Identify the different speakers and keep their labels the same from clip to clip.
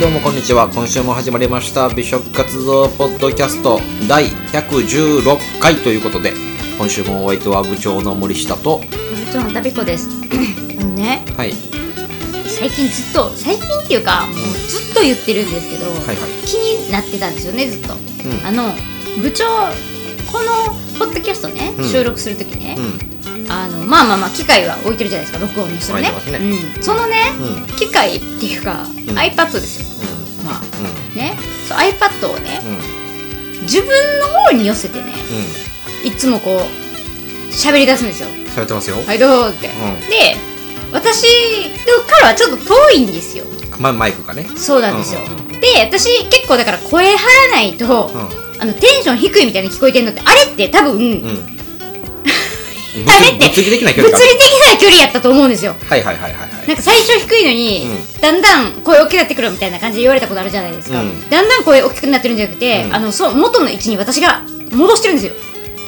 Speaker 1: どうもこんにちは。今週も始まりました美食活動ポッドキャスト第116回ということで、今週もお相手は部長の森下と、
Speaker 2: もちろん旅子です あのね
Speaker 1: はい、
Speaker 2: 最近ずっと最近っていうかもうずっと言ってるんですけど、
Speaker 1: はいはい。
Speaker 2: 気になってたんですよねずっと、
Speaker 1: うん
Speaker 2: あの部長このポッドキャストね、
Speaker 1: うん
Speaker 2: 収録する時ね
Speaker 1: う、ん、
Speaker 2: あのまあまあまあ機械は置いてるじゃないですか録音の人ね
Speaker 1: 置いてます
Speaker 2: うん、そのね、
Speaker 1: うん、うん、うん、
Speaker 2: 機械っていうか、iPad ですよまあねそう iPad をね、
Speaker 1: うん、
Speaker 2: 自分の方に寄せてね
Speaker 1: うん。
Speaker 2: いつもこう喋り出すんですよ
Speaker 1: 喋ってますよ。
Speaker 2: はいどうぞって、
Speaker 1: う
Speaker 2: で私からはちょっと遠いんですよ
Speaker 1: ま、マイクがね。
Speaker 2: そうなんですよ、
Speaker 1: うんうんうん
Speaker 2: で私結構だから声張らないと、
Speaker 1: う
Speaker 2: あのテンション低いみたいに聞こえてるのってあれって多分、
Speaker 1: ん、う
Speaker 2: 物
Speaker 1: ん。
Speaker 2: あれって
Speaker 1: 物理的な距離
Speaker 2: 理的
Speaker 1: か。
Speaker 2: な距離やったと思うんですよ
Speaker 1: はいはいはいはいはい。
Speaker 2: なんか最初低いのに、
Speaker 1: う
Speaker 2: だんだん声大きくなってくるみたいな感じで言われたことあるじゃないですか、
Speaker 1: うん
Speaker 2: だんだん声大きくなってるんじゃなくて、
Speaker 1: うん
Speaker 2: あのそう元の位置に私が戻してるんですよ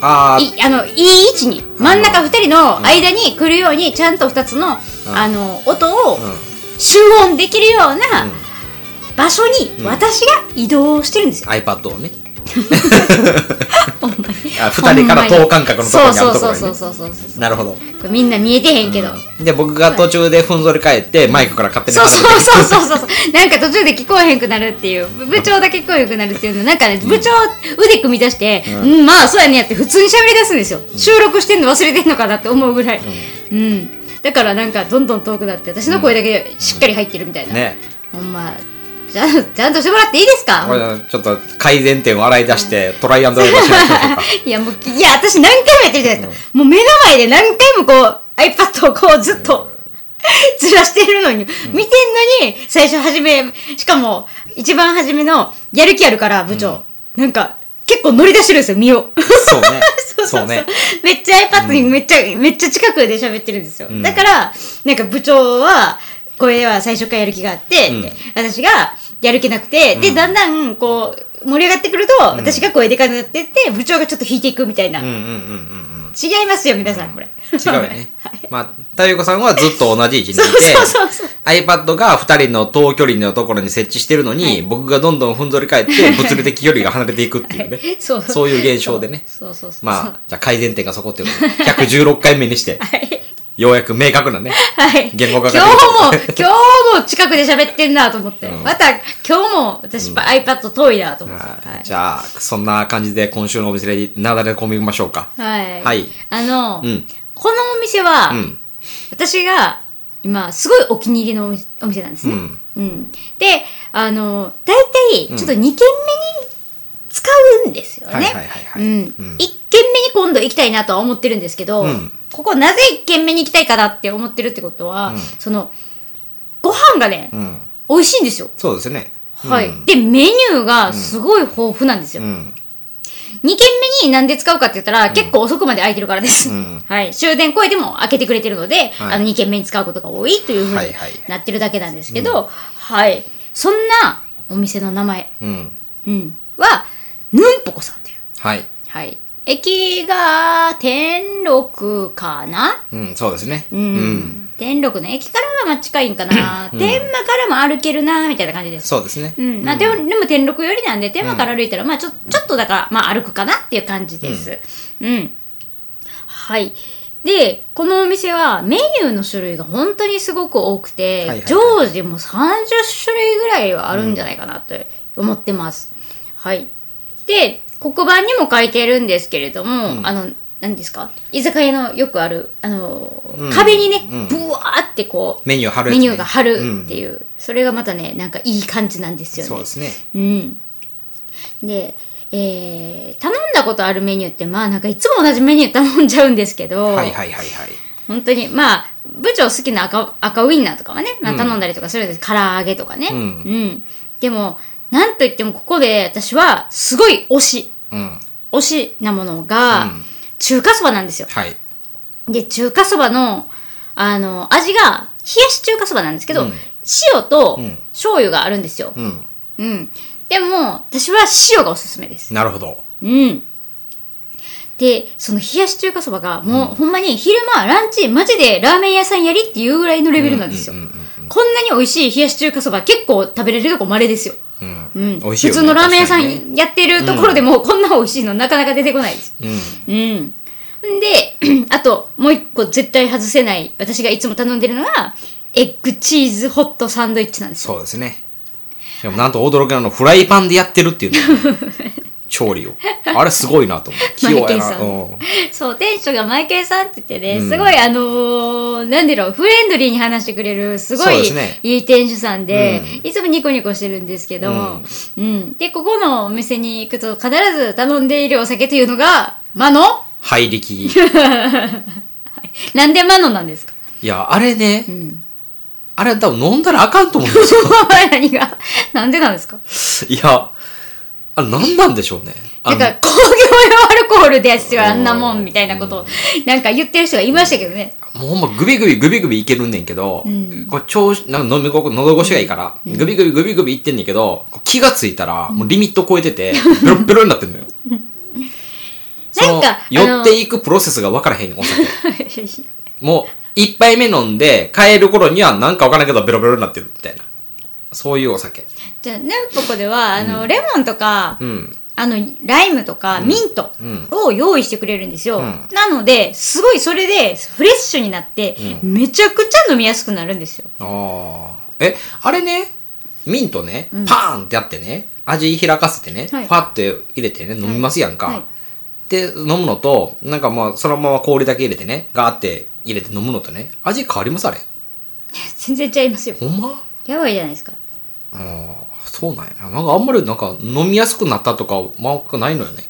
Speaker 1: あー、
Speaker 2: いあのいい位置に真ん中2人の間に来るようにちゃんと2つの,、
Speaker 1: うん
Speaker 2: あの音を
Speaker 1: うん、うん。
Speaker 2: 集音できるような場所に私が移動してるんですよ
Speaker 1: iPad をね。
Speaker 2: ほんまに
Speaker 1: あ、二人から等間隔のところにあるところに
Speaker 2: そ
Speaker 1: ね
Speaker 2: う。そうそうそうそうそう
Speaker 1: なるほど。
Speaker 2: これみんな見えてへんけど、
Speaker 1: うんで僕が途中でふんぞり返ってマイクから勝手に
Speaker 2: そう
Speaker 1: 離れて
Speaker 2: そうそうそうそうそうなんか途中で聞こえへんくなるっていう部長だけ聞こえへんくなるっていうのなんかね部長腕組み出して、うんまあそうやねやって普通に喋り出すんですよ収録してんの忘れてんのかなって思うぐらいうん、だからなんかどんどん遠くなって私の声だけしっかり入ってるみたいな、
Speaker 1: ね
Speaker 2: ほんまちゃんちゃんとしてもらっていいですか
Speaker 1: これちょっと改善点を洗い出してトライアンドエラーしましょう か
Speaker 2: いやもういや私何回もやってるじゃないですか、もう目の前で何回もこう iPad をこうずっとずらしてるのに、見てんのに最初初めしかも一番初めのやる気あるから部長、なんか結構乗り出してるんですよ身を
Speaker 1: そうね
Speaker 2: そうそうそう
Speaker 1: ね
Speaker 2: めっちゃ iPad にめっちゃ、めっちゃ近くで喋ってるんですよ、
Speaker 1: ん
Speaker 2: だからなんか部長は声は最初からやる気があって、
Speaker 1: うん
Speaker 2: で私がやる気なくて、でだんだんこう盛り上がってくると、私が声でかくなってって部長がちょっと引いていくみたいな、
Speaker 1: うん
Speaker 2: 違
Speaker 1: うんうんうんうん
Speaker 2: いますよ皆さんこれ
Speaker 1: 違 うよねまあ太陽子さんはずっと同じ位置にいて
Speaker 2: そうそうそう
Speaker 1: iPad が2人の等距離のところに設置してるのに、僕がどんどんふんぞり返って物理的距離が離れていくっていうね
Speaker 2: そう
Speaker 1: そういう現象でね
Speaker 2: そうそうそうそう
Speaker 1: まあじゃあ改善点がそこっていうことで116回目にして
Speaker 2: はい
Speaker 1: ようやく明確なね
Speaker 2: はい、
Speaker 1: 言語化が
Speaker 2: 今日も
Speaker 1: で
Speaker 2: 今日も近くで喋ってんなと思って、
Speaker 1: ん
Speaker 2: また今日も私、iPad 遠いなと思って、
Speaker 1: はい
Speaker 2: はい
Speaker 1: じゃあ、そんな感じで今週のお店でなだれ込みましょうか。
Speaker 2: はい。
Speaker 1: はい
Speaker 2: あの、
Speaker 1: うん
Speaker 2: このお店は、
Speaker 1: うん。
Speaker 2: 私が今、すごいお気に入りのお店お店なんですね。
Speaker 1: うん。
Speaker 2: で、あの、大体、ちょっと2軒目に使うんですよね。
Speaker 1: はいはいはいはい
Speaker 2: うん。
Speaker 1: うん
Speaker 2: 1軒目に今度行きたいなとは思ってるんですけど、
Speaker 1: うん
Speaker 2: ここなぜ1軒目に行きたいかなって思ってるってことは、
Speaker 1: うん
Speaker 2: その、ご飯がね、
Speaker 1: うん。
Speaker 2: 美味しいんですよ。
Speaker 1: そうですね。
Speaker 2: はい、
Speaker 1: うん
Speaker 2: で、メニューがすごい豊富なんですよ。
Speaker 1: うん。
Speaker 2: 2軒目になんで使うかって言ったら、結構遅くまで空いてるからです、
Speaker 1: うん
Speaker 2: はい、終電超えても開けてくれてるので、
Speaker 1: はい
Speaker 2: あの2軒目に使うことが多いというふう
Speaker 1: は
Speaker 2: に
Speaker 1: いはい
Speaker 2: なってるだけなんですけど、はいそんなお店の名前、
Speaker 1: うん。
Speaker 2: うん、はぬんぽこさんという、
Speaker 1: はい。
Speaker 2: はい、駅が天禄かな、
Speaker 1: うん、そうですね。う
Speaker 2: うん。天禄の駅からはまあ近いんかな、天満からも歩けるなみたいな感じです
Speaker 1: そうですね。
Speaker 2: うん、まあでも、でも天禄よりなんで、天満から歩いたら、まあちょ、ちょっとだから、まあ歩くかなっていう感じです。うん。はい。で、このお店はメニューの種類が本当にすごく多くて、
Speaker 1: いはいはい
Speaker 2: 常時もう30種類ぐらいはあるんじゃないかなと思ってます。はい。で、黒板にも書いてるんですけれども、あの、何ですか居酒屋のよくある、あの、
Speaker 1: うん
Speaker 2: 壁にね、
Speaker 1: うん
Speaker 2: ブワーってこう、
Speaker 1: メニュー貼るやつ
Speaker 2: メ
Speaker 1: ね
Speaker 2: ニューが貼るっていう、それがまたねなんかいい感じなんですよね
Speaker 1: そうですね。
Speaker 2: うんで、えー頼んだことあるメニューってまあなんかいつも同じメニュー頼んじゃうんですけど、
Speaker 1: はいはいはいはい。
Speaker 2: 本当にまあ部長好きな赤赤ウインナーとかはね、まあ、頼んだりとかするんです、唐揚げとかね
Speaker 1: うん
Speaker 2: んでもなんといってもここで私はすごい推し
Speaker 1: うん。
Speaker 2: 推しなものが、
Speaker 1: うん
Speaker 2: 中華そばなんですよ
Speaker 1: はい。
Speaker 2: で中華そばのあの味が冷やし中華そばなんですけ
Speaker 1: う
Speaker 2: ど、
Speaker 1: ん
Speaker 2: 塩と
Speaker 1: うん
Speaker 2: 醤油があるんですよ、
Speaker 1: うん。
Speaker 2: うんでも私は塩がおすすめです
Speaker 1: なるほど。
Speaker 2: うんでその冷やし中華そばがもう、ほんまに昼間ランチマジでラーメン屋さんやりっていうぐらいのレベルなんですよ、
Speaker 1: うんうん
Speaker 2: こんなに美味しい冷やし中華そば結構食べれるとこ稀ですよ。
Speaker 1: うん
Speaker 2: うん、
Speaker 1: 美味しいよね
Speaker 2: 普通のラーメン屋さ
Speaker 1: 確かに
Speaker 2: んやってるところでも、こんな美味しいのなかなか出てこないです。
Speaker 1: うん
Speaker 2: うん。で、 あと、もう一個絶対外せない、私がいつも頼んでるのが、エッグチーズホットサンドイッチなんですよ。
Speaker 1: そうですねしかもなんと驚きなのフライパンでやってるっていうのが ね調理をあれすごいなと思って器用や
Speaker 2: マネ
Speaker 1: な
Speaker 2: キンさん
Speaker 1: うん
Speaker 2: そう、店主がマイケルさんって言ってね、
Speaker 1: うん
Speaker 2: すごいあのー、なんでろう、フレンドリーに話してくれる、すご
Speaker 1: そうで
Speaker 2: い
Speaker 1: すね
Speaker 2: いい店主さんで、いつもニコニコしてるんですけど、うん、で、ここのお店に行くと必ず頼んでいるお酒というのが、マノ
Speaker 1: 入りきい
Speaker 2: なんでマノなんですか
Speaker 1: やあれね、
Speaker 2: ん
Speaker 1: あれ多分飲んだらあかんと思うんですよ
Speaker 2: 何が なんでなんですか
Speaker 1: いやあれ何なんでしょうねあ
Speaker 2: なん
Speaker 1: の
Speaker 2: か工業用アルコールですよあんなもんみたいなことをなんか言ってる人がいましたけど ね
Speaker 1: もうほんまグビグビグビグビいけるんねんけど、
Speaker 2: ん
Speaker 1: こう調子なんか飲みこ喉越しがいいから、グビグビグビグビいってんねんけどこう気がついたらもうリミット超えてて、ベロッベロになって んのよその
Speaker 2: なんかあの
Speaker 1: 寄っていくプロセスが分からへんお酒もう一杯目飲んで帰る頃にはなんか分からんけどベロベロになってるみたいなそういうお酒
Speaker 2: じゃあねここではあの、レモンとか、
Speaker 1: うん
Speaker 2: あのライムとかミント
Speaker 1: うん
Speaker 2: を用意してくれるんですよ、
Speaker 1: うん
Speaker 2: なのですごいそれでフレッシュになって、めちゃくちゃ飲みやすくなるんですよ
Speaker 1: ああえあれねミントね、パーンってやってね味開かせてね、
Speaker 2: はい
Speaker 1: ファって入れてね飲みますやんか、
Speaker 2: はい
Speaker 1: で飲むのとなんかまあそのまま氷だけ入れてねガーって入れて飲むのとね味変わりますあれ
Speaker 2: 全然ちゃいますよ
Speaker 1: ほんま
Speaker 2: やばいじゃないですか
Speaker 1: あーそうなんやななんかあんまりなんか飲みやすくなったとかまあないのよね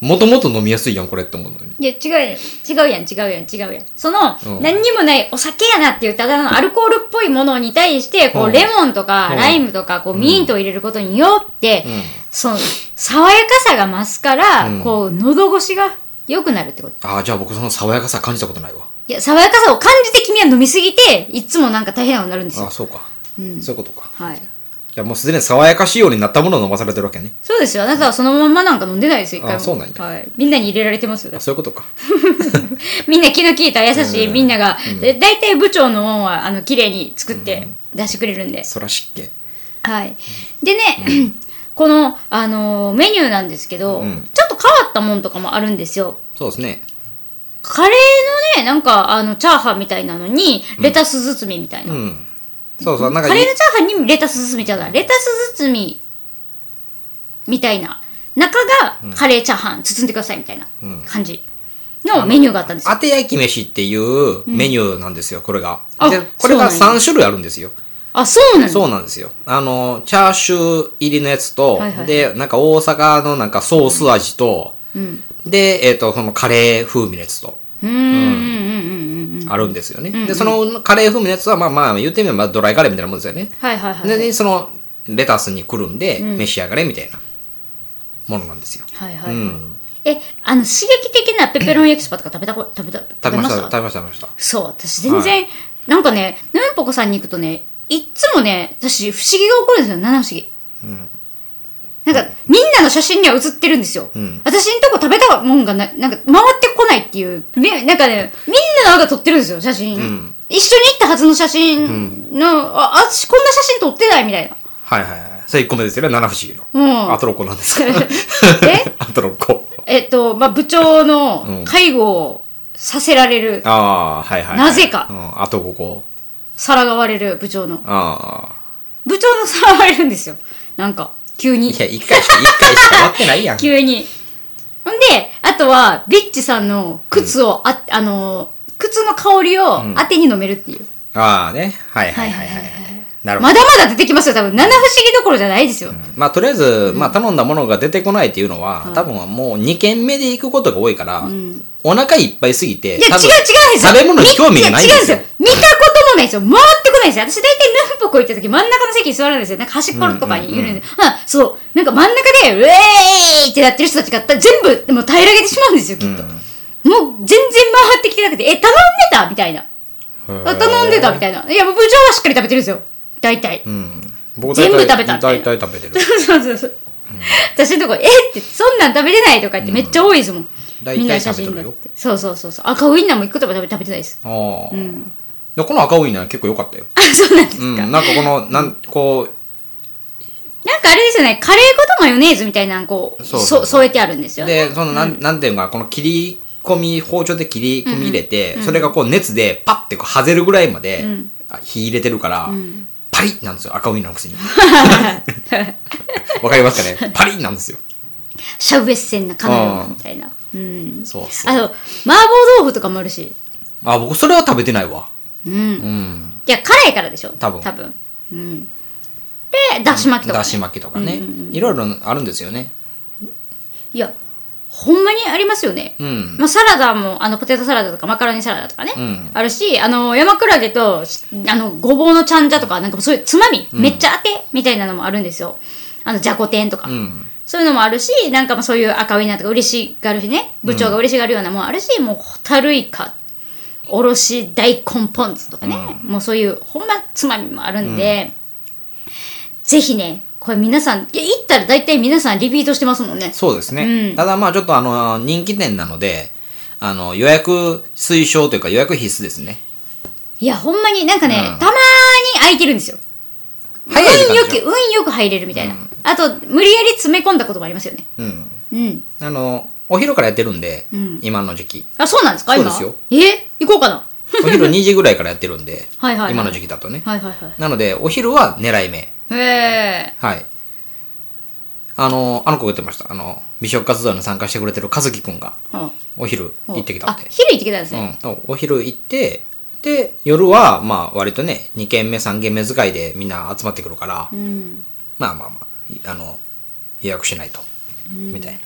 Speaker 1: もともと飲みやすいやんこれって思うのに
Speaker 2: いや違うやん違うやん違うやん違うやんその、
Speaker 1: うん
Speaker 2: 何にもないお酒やなっていうただのアルコールっぽいものに対してこう、
Speaker 1: うん
Speaker 2: レモンとか、
Speaker 1: うん
Speaker 2: ライムとかこうミントを入れることによって、
Speaker 1: うん
Speaker 2: その爽やかさが増すから、
Speaker 1: うん
Speaker 2: こう喉越しが良くなるってこと
Speaker 1: ああじゃあ僕その爽やかさ感じたことないわ
Speaker 2: いや爽やかさを感じて君は飲みすぎていつもなんか大変なことになるんです
Speaker 1: あ
Speaker 2: よ
Speaker 1: あそうか、
Speaker 2: うん
Speaker 1: そういうことか
Speaker 2: はい
Speaker 1: いやもうすでに爽やか仕様になったものを飲まされてるわけね
Speaker 2: そうですよあなたはそのまんまなんか飲んでないですよ一回も
Speaker 1: あそうなんや
Speaker 2: はい、みんなに入れられてますよ
Speaker 1: あそういうことか
Speaker 2: みんな気の利いた優しい
Speaker 1: うん
Speaker 2: みんなが、で大体部長の恩はあの綺麗に作って出してくれるんで、
Speaker 1: そらしっけ
Speaker 2: はい。でね、この、あのーメニューなんですけど、
Speaker 1: うん
Speaker 2: ちょっと変わったもんとかもあるんですよ。
Speaker 1: そうですね
Speaker 2: カレーのね、なんか、あの、チャーハンみたいなのに、レタス包みみたいな。
Speaker 1: うんそうそうなんか
Speaker 2: カレーのチャーハンにレタス包みじゃない。レタス包み、みたいな。中がカレーチャーハン包んでくださいみたいな感じのメニューがあったんですよ。
Speaker 1: 当て焼き飯っていうメニューなんですよ、これが。
Speaker 2: あ
Speaker 1: で、これが
Speaker 2: そうなんや
Speaker 1: 3種類あるんですよ。
Speaker 2: あ、そうなの
Speaker 1: そうなんですよ。あの、チャーシュー入りのやつと、
Speaker 2: はいはい
Speaker 1: で、なんか大阪のなんかソース味と、
Speaker 2: うん。
Speaker 1: で、えっ、と、そのカレー風味のやつと、
Speaker 2: うーん。うんうんうんうん。
Speaker 1: あるんですよね。で、そのカレー風味のやつは、まあまあ、言ってみればドライカレーみたいなもんですよね。
Speaker 2: はいはいはい。
Speaker 1: で、でその、レタスにくるんで、召し上がれみたいなものなんですよ。
Speaker 2: はいは
Speaker 1: う
Speaker 2: い。
Speaker 1: ん。
Speaker 2: え、あの、刺激的なペペロン焼きそばとか食べたこ、食べた、
Speaker 1: 食べました、
Speaker 2: 食
Speaker 1: 食
Speaker 2: べ
Speaker 1: べました、食べました。
Speaker 2: そう、私全然、なんかね、ヌンポコさんに行くとね、いっつもね、私、不思議が起こるんですよ、七不思議。なんか、みんなの写真には写ってるんですよ。
Speaker 1: ん
Speaker 2: 私んとこ食べたもんがな、なんか、回ってこないっていう、めなんかね、みんななんか撮ってるんですよ、写真。
Speaker 1: ん
Speaker 2: 一緒に行ったはずの写真の、あ、あ私こんな写真撮ってないみたいな。
Speaker 1: はいはいはい。それ1個目ですよね、七不思議の。
Speaker 2: うん
Speaker 1: アトロッコなんですか
Speaker 2: え
Speaker 1: アトロッコ。
Speaker 2: えっと、まあ、部長の
Speaker 1: ん
Speaker 2: 介護をさせられる。
Speaker 1: ああ、はいはい、
Speaker 2: なぜか
Speaker 1: うん、あとここ。
Speaker 2: 皿が割れる部長の
Speaker 1: ああ。
Speaker 2: 部長の皿割れるんですよなんか急に
Speaker 1: いや、一回しか、一回しか終わってないやん。
Speaker 2: 急にほんであとはビッチさんの靴を、ああのー靴の香りを当てに飲めるっていう、
Speaker 1: ああね。はいはいはいは。
Speaker 2: はいはいはい
Speaker 1: なるほ
Speaker 2: ま
Speaker 1: ど。
Speaker 2: だまだ出てきますよ多分七不思議どころじゃないですよ、
Speaker 1: まあ、とりあえず、まあ、頼んだものが出てこないっていうのは、多分もう2軒目で行くことが多いから、お腹いっぱいすぎて、
Speaker 2: いや違う違
Speaker 1: 多
Speaker 2: う
Speaker 1: 分
Speaker 2: んですよ
Speaker 1: 食べ物に興味がないんですよ。
Speaker 2: や違うんですよ見たこともないですよ回ってこないですよ私大体ヌンポコ行った時真ん中の席に座るんですよなんか端っこのとかにいるんで、あそうなんか真ん中でウェーイってなってる人たちが全部もう平らげてしまうんですよきっと、もう全然回ってきてなくてえ頼んでたみたいなあ頼んでたみたいないやもう部長はしっかり食べてるんですよ大体、
Speaker 1: うん。僕
Speaker 2: 全部
Speaker 1: 大体
Speaker 2: 食べたみたいな
Speaker 1: 大体食べてる。
Speaker 2: そうそうそう私のとこ「えっ?」て「そんなん食べれない」とか言ってめっちゃ多いですもん、
Speaker 1: 大体
Speaker 2: みんな写真
Speaker 1: 食べ
Speaker 2: だ
Speaker 1: と
Speaker 2: っ
Speaker 1: るよ
Speaker 2: てそうそうそうそう赤ウインナーも一個とか食べ食べてないです
Speaker 1: ああ。でやこの赤ウインナー結構良かったよ。
Speaker 2: あ、そうなんです
Speaker 1: う
Speaker 2: か。
Speaker 1: ん、なんかこの、なん、こ
Speaker 2: なんかあれですよね、カレー粉とマヨネーズみたいなのこう、
Speaker 1: そ
Speaker 2: そうう
Speaker 1: そうそう
Speaker 2: 添えてあるんです
Speaker 1: う、
Speaker 2: よね。
Speaker 1: で、その、なん、なんていうのかな、この切り込み、包丁で切り込み入れて、それがこう熱でパッてこう、はぜるぐらいまで、
Speaker 2: うん
Speaker 1: あ火入れてるから、
Speaker 2: ん
Speaker 1: パリッなんですよ、赤ウインナーのくせ に。わかりますかねパリッなんですよ。
Speaker 2: シャウエッセンなカメラみたいな。うん。
Speaker 1: そうそう。
Speaker 2: あと、麻婆豆腐とかもあるし。
Speaker 1: あ、僕それは食べてないわ。
Speaker 2: うん。
Speaker 1: うん。
Speaker 2: いや、辛いからでしょ。
Speaker 1: 多分
Speaker 2: 多分。うん。で、だし巻きとか、
Speaker 1: だし巻きとかね、
Speaker 2: うんうん
Speaker 1: いろいろあるんですよね。
Speaker 2: いや、ほんまにありますよね。
Speaker 1: うん。
Speaker 2: まあ、サラダもあのポテトサラダとかマカロニサラダとかね、
Speaker 1: うん
Speaker 2: あるしあの山クラゲとしあのごぼうのちゃんじゃとかなんかそういうつまみ、めっちゃ当てみたいなのもあるんですよあのじゃこ天とか、
Speaker 1: うん。
Speaker 2: そういうのもあるしなんかまあそういう赤ウインナーとか嬉しがるしね部長が嬉しがるようなもんあるし、もうホタルイカおろし大根ポン酢とかね、もうそういうほんまつまみもあるんで、ぜひねこれ皆さんいや行ったら大体皆さんリピートしてますもんね
Speaker 1: そうですね。
Speaker 2: うん
Speaker 1: ただまあちょっとあの、人気店なので、あの、予約推奨というか予約必須ですね。
Speaker 2: いや、ほんまに、なんかね、
Speaker 1: うん
Speaker 2: たまーに空いてるんですよ。
Speaker 1: 早い時
Speaker 2: 運
Speaker 1: 間
Speaker 2: よ
Speaker 1: でし
Speaker 2: く、
Speaker 1: ょ
Speaker 2: 運よく入れるみたいな。あと、無理やり詰め込んだこともありますよね。
Speaker 1: うん。
Speaker 2: うん。
Speaker 1: あの、お昼からやってるんで、
Speaker 2: うん
Speaker 1: 今の時期。
Speaker 2: あ、そうなんですか
Speaker 1: そう
Speaker 2: 今。
Speaker 1: ですよ
Speaker 2: え行こうかな。
Speaker 1: お昼2時ぐらいからやってるんで、
Speaker 2: はいはいはい
Speaker 1: 今の時期だとね。
Speaker 2: はいはいは
Speaker 1: なので、お昼は狙い目。
Speaker 2: い。へえ。
Speaker 1: はい。あの、あの子が言ってました。あの、美食活動に参加してくれてる和樹くんが、
Speaker 2: 行
Speaker 1: お昼行ってきた
Speaker 2: あ
Speaker 1: っ、て。
Speaker 2: 昼行ってきたんですね。
Speaker 1: うん、お昼行ってで夜はまあ割とね2軒目3軒目使いでみんな集まってくるから、
Speaker 2: うん。
Speaker 1: まあまあまあいあの予約しないと、みたいな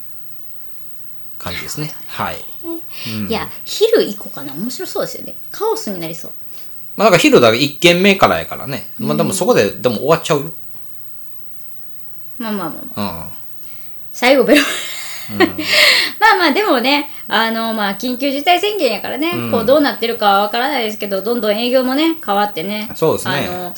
Speaker 1: 感じですねはい、
Speaker 2: いや、昼行こうかな。面白そうですよね。カオスになりそう。
Speaker 1: まあ、だから昼だけ1軒目からやからね、まあ、でもそこででも終わっちゃうよ、
Speaker 2: まあまあまあまあ。
Speaker 1: うん、
Speaker 2: 最後ベロ。まあまあでもね、あのまあ緊急事態宣言やからね、
Speaker 1: ん
Speaker 2: こうどうなってるかはわからないですけど、どんどん営業もね、変わってね。
Speaker 1: そうですね
Speaker 2: あ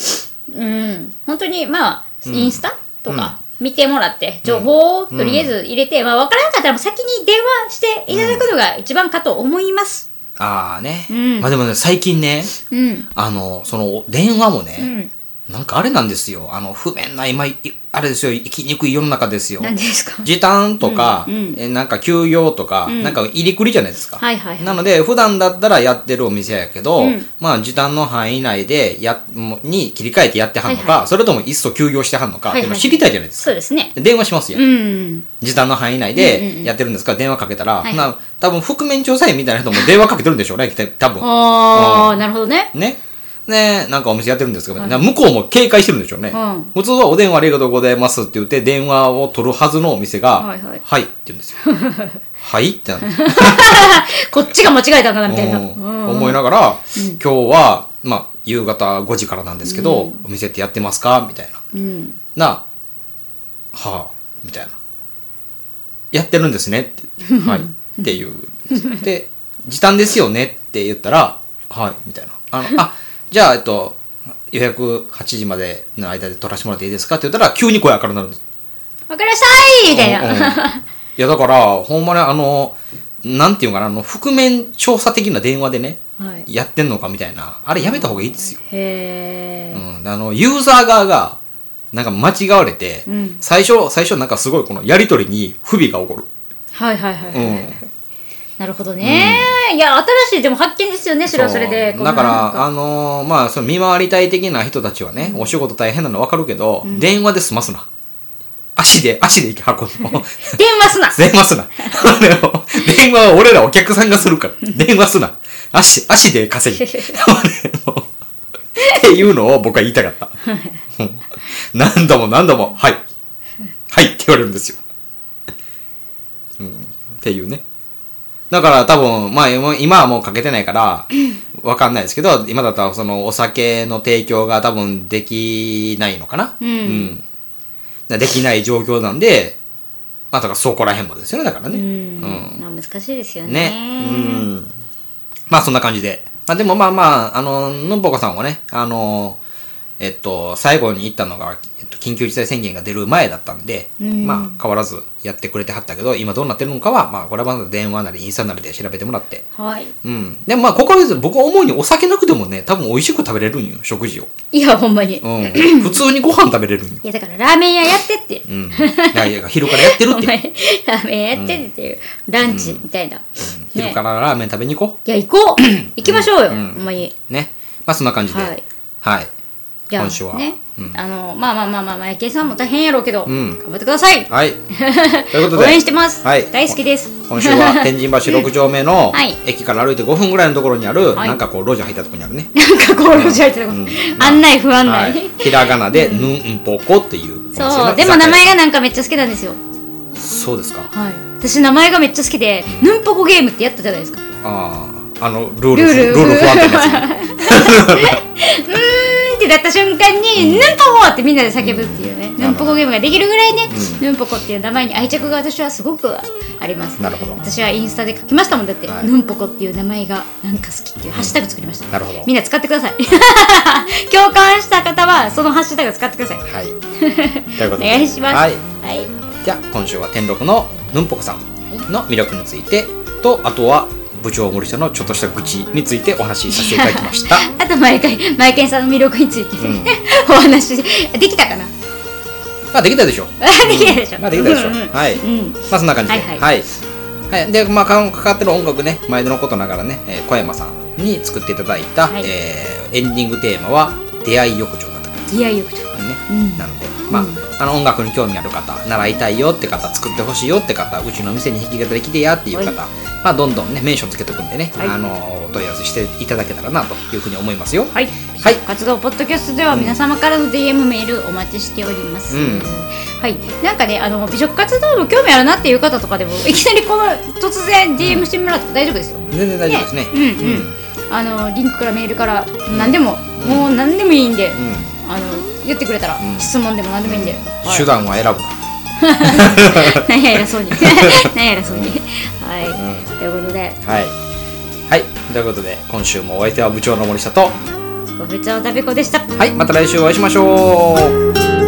Speaker 2: の、うん、本当にまあ、インスタとか見てもらって、情報をとりあえず入れて、まあわからなかったら先に電話していただくのが一番かと思います。
Speaker 1: ああね、
Speaker 2: うん
Speaker 1: まあでもね最近ね
Speaker 2: うん。
Speaker 1: あのその電話もね、
Speaker 2: うん。
Speaker 1: なんかあれなんですよあの不便な今いあれですよ生きにくい世の中ですよ
Speaker 2: 何ですか
Speaker 1: 時短とか、
Speaker 2: うんうん
Speaker 1: えなんか休業とか、なんか入りくりじゃないですか。
Speaker 2: はいはいはい
Speaker 1: なので、普段だったらやってるお店やけど、
Speaker 2: うん
Speaker 1: まあ時短の範囲内でや、もに切り替えてやってはんのか、
Speaker 2: はい
Speaker 1: それともいっそ休業してはんのか、
Speaker 2: はいはい
Speaker 1: でも知りたいじゃないですか。
Speaker 2: そうですね。
Speaker 1: 電話しますよ、
Speaker 2: うん。
Speaker 1: 時短の範囲内でやってるんですから、電話かけたら、
Speaker 2: はい
Speaker 1: な多分覆面調査員みたいな人も電話かけてるんでしょうね、きっと多分。
Speaker 2: ああ、なるほどね。
Speaker 1: ね。ねなんかお店やってるんですけど、な向こうも警戒してるんでしょうね、
Speaker 2: うん
Speaker 1: 普通はお電話ありがとうございますって言って、電話を取るはずのお店が、
Speaker 2: はいはい
Speaker 1: って言うんですよ。 はいってなって、
Speaker 2: こっちが間違えたんだな、みたいな。
Speaker 1: うん
Speaker 2: うん
Speaker 1: 思いながら、今日は、まあ、夕方5時からなんですけど、お店ってやってますかみたいな。
Speaker 2: うん。
Speaker 1: なあ、はあ、みたいな。やってるんですね って。はい。っていう。で、時短ですよねって言ったら、はい、みたいな。あの、あ、じゃあ、えっと、予約8時までの間で取らせてもらっていいですかって言ったら、急に声明るくなるんです。
Speaker 2: わかりましたーいみたいな。
Speaker 1: うんうんいや、だから、ほんまにあの、なんていうのかな、あの、覆面調査的な電話でね、
Speaker 2: はい、
Speaker 1: やってんのかみたいな、あれやめた方がいいですよ。
Speaker 2: へー
Speaker 1: うん、あのユーザー側がなんか間違われて、
Speaker 2: ん
Speaker 1: 最初最初なんかすごいこのやり取りに不備が起こる、
Speaker 2: はいはいはい、
Speaker 1: う
Speaker 2: はい
Speaker 1: ん、
Speaker 2: なるほどね、いや新しいでも発見ですよ ねそれはそれ
Speaker 1: そ
Speaker 2: で
Speaker 1: う
Speaker 2: こんな
Speaker 1: だか
Speaker 2: なん
Speaker 1: らあのーまあその見回りたい的な人たちはね、お仕事大変なの分かるけど、電話で済ますな足で足で行き運 ぶの
Speaker 2: 電話すな
Speaker 1: 電話 すなあれを電話は俺らお客さんがするから電話すな足足で 稼ぎっていうのを僕は言いたか った。うん何度も何度も、はい。はいって言われるんですよ。うん、っていうね。だから多分、まあ今今はもうかけてないから、わかんないですけど、今だったらそのお酒の提供が多分できないのかな。
Speaker 2: うん
Speaker 1: だからできない状況なんで、まあだからそこら辺もですよね、だからね。
Speaker 2: う、
Speaker 1: うんん
Speaker 2: まあ、難しいですよね
Speaker 1: ね。うん。まあそんな感じで。まあでもまあまあ、あの、のんぼこさんはね、あの、えっと、最後に行ったのが、えっと、緊急事態宣言が出る前だったんで、
Speaker 2: うん
Speaker 1: まあ、変わらずやってくれてはったけど、今どうなってるのかは、まあ、これはまだ電話なりインスタなりで調べてもらって。
Speaker 2: はい
Speaker 1: うん。でもまあ、ここは別に僕は思うにお酒なくてもね、多分美味しく食べれるんよ、食事を。
Speaker 2: いやほんまに、
Speaker 1: う
Speaker 2: い
Speaker 1: ん。普通にご飯食べれるんよ。
Speaker 2: やだからラーメン屋やってって
Speaker 1: うん。いやいや、昼からやってる
Speaker 2: お
Speaker 1: っ
Speaker 2: 前
Speaker 1: て。
Speaker 2: ラーメンやってっていう、ランチみたいな、
Speaker 1: 昼
Speaker 2: ね
Speaker 1: からラーメン食べに行こ
Speaker 2: いや行こう行きましょうよ、
Speaker 1: うん
Speaker 2: ほんまに
Speaker 1: う。ね。まあ、そんな感じで。
Speaker 2: は
Speaker 1: はい
Speaker 2: い。
Speaker 1: はい。
Speaker 2: じゃあ
Speaker 1: 今週は。
Speaker 2: ね、
Speaker 1: うん。
Speaker 2: あのまあまあまあまあまあ池江さんも大変やろうけど、
Speaker 1: うん
Speaker 2: 頑張ってください
Speaker 1: はい。ということ
Speaker 2: 応
Speaker 1: で。
Speaker 2: 援してます、
Speaker 1: はい
Speaker 2: 大好きです
Speaker 1: 今週 は天神橋6丁目の
Speaker 2: はい
Speaker 1: 駅から歩いて5分ぐらいのところにある、
Speaker 2: はい
Speaker 1: なんかこう路地入ったところにあるね、
Speaker 2: なんか こう路地入ってたこと、 案内不案
Speaker 1: は
Speaker 2: 内、
Speaker 1: い、ひらがなで「ぬんぽこ」っていう
Speaker 2: そうでも名前がなんかめっちゃ好きなんですよ
Speaker 1: そうですか
Speaker 2: はい私名前がめっちゃ好きでヌンポコゲームってやったじゃない ですか
Speaker 1: あああのルール
Speaker 2: ルール
Speaker 1: ルール不安定ですね
Speaker 2: うーんってなった瞬間に、ヌンポコってみんなで叫ぶっていうね、ヌンポコゲームができるぐらいね、ヌンポコっていう名前に愛着が私はすごくあります
Speaker 1: なるほど
Speaker 2: 私はインスタで書きましたもんだって、
Speaker 1: はい
Speaker 2: ヌンポコっていう名前がなんか好きっていうハッシュタグ作りました、
Speaker 1: なるほど
Speaker 2: みんな使ってください 共感した方はそのハッシュタグ使ってください
Speaker 1: はいということ
Speaker 2: お
Speaker 1: で
Speaker 2: 願いします
Speaker 1: はい、
Speaker 2: はい
Speaker 1: じゃあ今週は天禄のぬんぽこさんの魅力についてとあとは部長森下のちょっとした愚痴についてお話しさせていただきました
Speaker 2: あと毎回マイケンさんの魅力について、
Speaker 1: ん
Speaker 2: お話しできたかな
Speaker 1: まあできたでしょう
Speaker 2: できたでしょ、
Speaker 1: まあできたでしょう
Speaker 2: うんうん
Speaker 1: はい
Speaker 2: うん
Speaker 1: まあそんな感じで。
Speaker 2: は
Speaker 1: はいい、は
Speaker 2: は
Speaker 1: いで、まあ、かかかってる音楽ね、毎度のことながらね、えー小山さんに作っていただいた、
Speaker 2: はい
Speaker 1: えーエンディングテーマは、出会い横丁だったか
Speaker 2: いやいやこちょ
Speaker 1: らね。
Speaker 2: うん
Speaker 1: なので、まあ、あの音楽に興味ある方、習いたいよって方、作ってほしいよって方、うちの店に弾き語り来てやっていう方、まあ、どんどんね、メンションつけておくんでね、
Speaker 2: はい
Speaker 1: あの、お問い合わせしていただけたらなというふうに思いますよ。
Speaker 2: はい、
Speaker 1: はい
Speaker 2: 活動ポッドキャストでは皆様からの DM メールお待ちしております、
Speaker 1: うん
Speaker 2: はいなんかねあの美食活動の興味あるなっていう方とかでもいきなりこの突然 DM してもらって大丈夫ですよ
Speaker 1: 全然大丈夫ですね。
Speaker 2: ねうんうんあのリンクからメールから何でも、もう何でもいいんで、
Speaker 1: うん
Speaker 2: あの言ってくれたら、
Speaker 1: うん
Speaker 2: 質問でも何でもいいんで、
Speaker 1: 手
Speaker 2: は
Speaker 1: 段は選ぶな。
Speaker 2: い、 何や偉そうに何や偉そうに、はい、ということで
Speaker 1: はい。はい。ということで、今週もお相手は部長の森下と、
Speaker 2: ご部長たべこでした
Speaker 1: はい、また来週お会いしましょう。